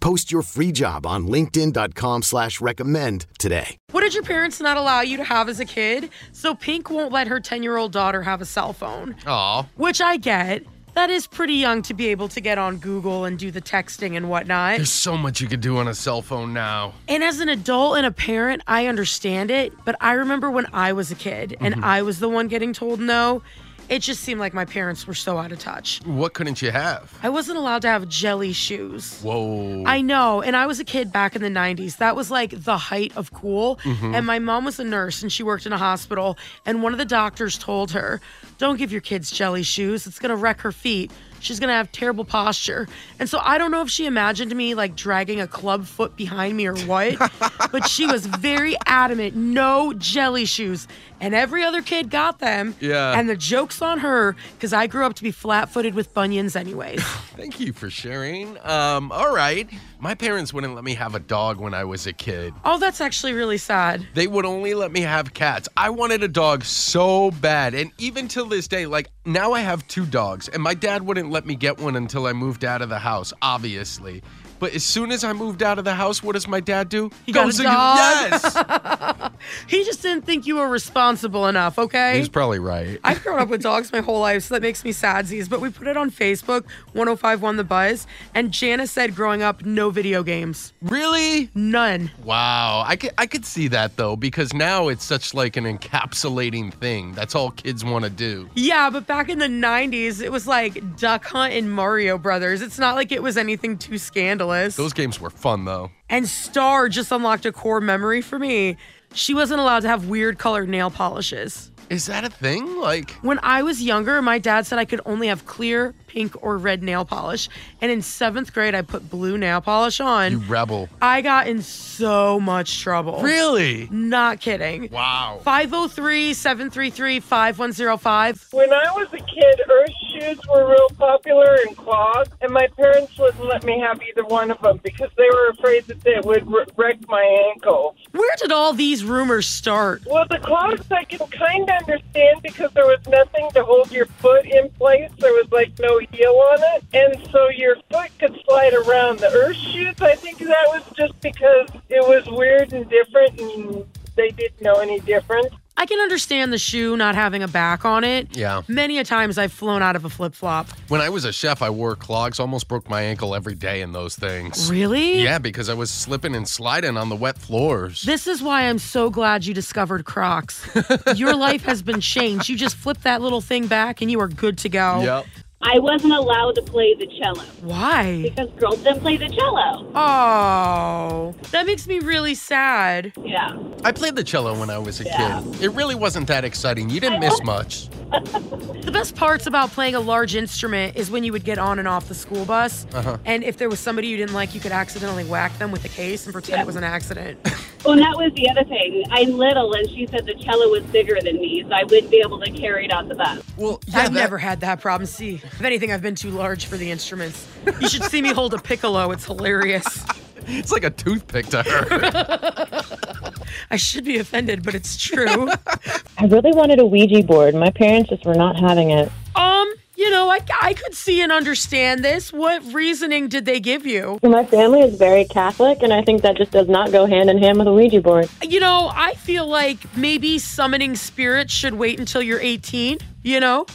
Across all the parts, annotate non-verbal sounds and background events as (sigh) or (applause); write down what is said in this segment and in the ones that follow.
Post your free job on linkedin.com slash recommend today. What did your parents not allow you to have as a kid? So Pink won't let her 10-year-old daughter have a cell phone. Aw. Which I get. That is pretty young to be able to get on Google and do the texting and whatnot. There's so much you could do on a cell phone now. And as an adult and a parent, I understand it, but I remember when I was a kid and I was the one getting told no, it just seemed like my parents were so out of touch. What couldn't you have? I wasn't allowed to have jelly shoes. Whoa. I know. And I was a kid back in the 90s. That was like the height of cool. And my mom was a nurse and she worked in a hospital. And one of the doctors told her, Don't give your kids jelly shoes. It's going to wreck her feet. She's going to have terrible posture. And so I don't know if she imagined me like dragging a club foot behind me or what, but she was very adamant no jelly shoes. And every other kid got them. Yeah. And the joke's on her because I grew up to be flat footed with bunions, anyways. Thank you for sharing. Um, all right. My parents wouldn't let me have a dog when I was a kid. oh, that's actually really sad. They would only let me have cats. I wanted a dog so bad. And even till this day, like now I have two dogs, and my dad wouldn't let me get one until I moved out of the house, obviously. But as soon as I moved out of the house, what does my dad do? He got a and- dog. (laughs) Yes. He just didn't think you were responsible enough, okay? He's probably right. I've grown up with dogs my whole life, so that makes me sadsies. But we put it on Facebook, 1051 The Buzz, and Janice said growing up, no video games. Really? None. Wow, I could, I could see that though because now it's such like an encapsulating thing. That's all kids want to do. Yeah, but back in the 90s, it was like Duck Hunt and Mario Brothers. It's not like it was anything too scandalous. Those games were fun though. and Star just unlocked a core memory for me. She wasn't allowed to have weird colored nail polishes. Is that a thing? Like, When I was younger, my dad said I could only have clear, pink, or red nail polish. And in seventh grade, I put blue nail polish on. you rebel. I got in so much trouble. Really? Not kidding. Wow. 503 733 5105. When I was a kid, earth shoes were real popular and clogs, and my parents wouldn't let me have either one of them because they were afraid that they would wr- wreck my ankle. Where did all these rumors start? Well, the clogs I can kind of understand because there was nothing to hold your foot in place. There was like no heel on it, and so your foot could slide around. The earth shoes, I think that was just because it was weird and different, and they didn't know any different. I can understand the shoe not having a back on it. Yeah. Many a times I've flown out of a flip flop. When I was a chef, I wore clogs, almost broke my ankle every day in those things. Really? Yeah, because I was slipping and sliding on the wet floors. This is why I'm so glad you discovered Crocs. (laughs) Your life has been changed. You just flip that little thing back and you are good to go. Yep. I wasn't allowed to play the cello Why? because girls didn't play the cello. Oh, that makes me really sad. Yeah. I played the cello when I was a kid. It really wasn't that exciting. You didn't miss much. The best parts about playing a large instrument is when you would get on and off the school bus. Uh-huh. And if there was somebody you didn't like, you could accidentally whack them with a case and pretend it was an accident. Well, Oh, and that was the other thing. I'm little, and she said the cello was bigger than me, so I wouldn't be able to carry it on the bus. Well, (laughs) yeah, I've that- never had that problem. See, if anything, I've been too large for the instruments. You should see me hold a piccolo, it's hilarious. It's like a toothpick (laughs) to her. I should be offended, but it's true. (laughs) I really wanted a Ouija board. My parents just were not having it. Um, you know, I, I could see and understand this. What reasoning did they give you? My family is very Catholic, and I think that just does not go hand in hand with a Ouija board. You know, I feel like maybe summoning spirits should wait until you're 18, you know?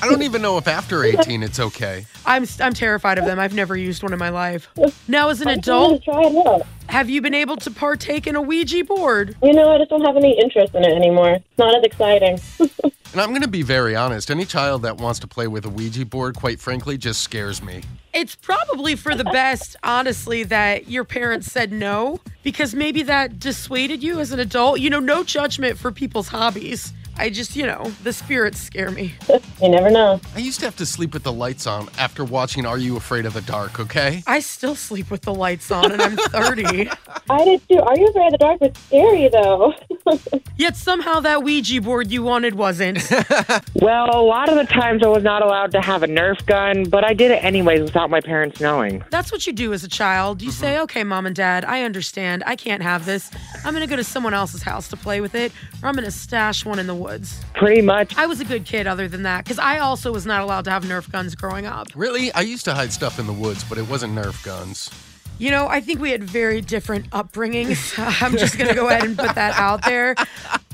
I don't even know if after 18 it's okay. I'm I'm terrified of them. I've never used one in my life. Now, as an adult, try it out. have you been able to partake in a Ouija board? You know, I just don't have any interest in it anymore. It's not as exciting. And I'm going to be very honest. Any child that wants to play with a Ouija board, quite frankly, just scares me. It's probably for the best, honestly, that your parents said no because maybe that dissuaded you as an adult. You know, no judgment for people's hobbies. I just, you know, the spirits scare me. you never know. I used to have to sleep with the lights on after watching Are You Afraid of the Dark, okay? I still sleep with the lights on and I'm 30. I did too. Are you afraid of the dark? It's scary though. Yet somehow that Ouija board you wanted wasn't. Well, a lot of the times I was not allowed to have a Nerf gun, but I did it anyways without my parents knowing. That's what you do as a child. You say, okay, mom and dad, I understand. I can't have this. I'm going to go to someone else's house to play with it, or I'm going to stash one in the woods. Pretty much. I was a good kid, other than that, because I also was not allowed to have Nerf guns growing up. Really? I used to hide stuff in the woods, but it wasn't Nerf guns. You know, I think we had very different upbringings. (laughs) I'm just going to go ahead and put that out there.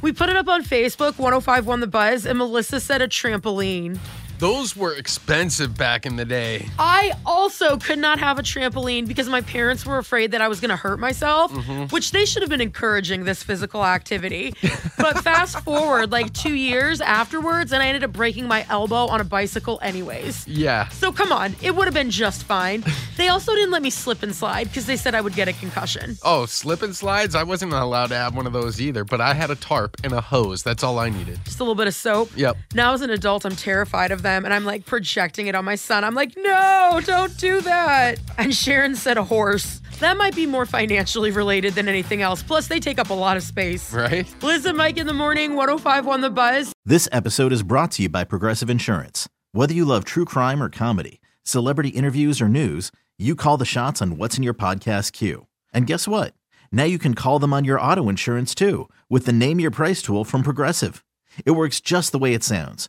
We put it up on Facebook, 1051 The Buzz, and Melissa said a trampoline. Those were expensive back in the day. I also could not have a trampoline because my parents were afraid that I was going to hurt myself, which they should have been encouraging this physical activity. But fast forward like two years afterwards, and I ended up breaking my elbow on a bicycle, anyways. Yeah. So come on, it would have been just fine. They also didn't let me slip and slide because they said I would get a concussion. Oh, slip and slides? I wasn't allowed to have one of those either, but I had a tarp and a hose. That's all I needed. Just a little bit of soap. Yep. Now as an adult, I'm terrified of them, and I'm like projecting it on my son. I'm like, no, don't do that. And Sharon said a horse. That might be more financially related than anything else. Plus, they take up a lot of space. Right? Liz and Mike in the morning, 105 on the buzz. This episode is brought to you by Progressive Insurance. Whether you love true crime or comedy, celebrity interviews or news, you call the shots on what's in your podcast queue. And guess what? Now you can call them on your auto insurance too with the Name Your Price tool from Progressive. It works just the way it sounds.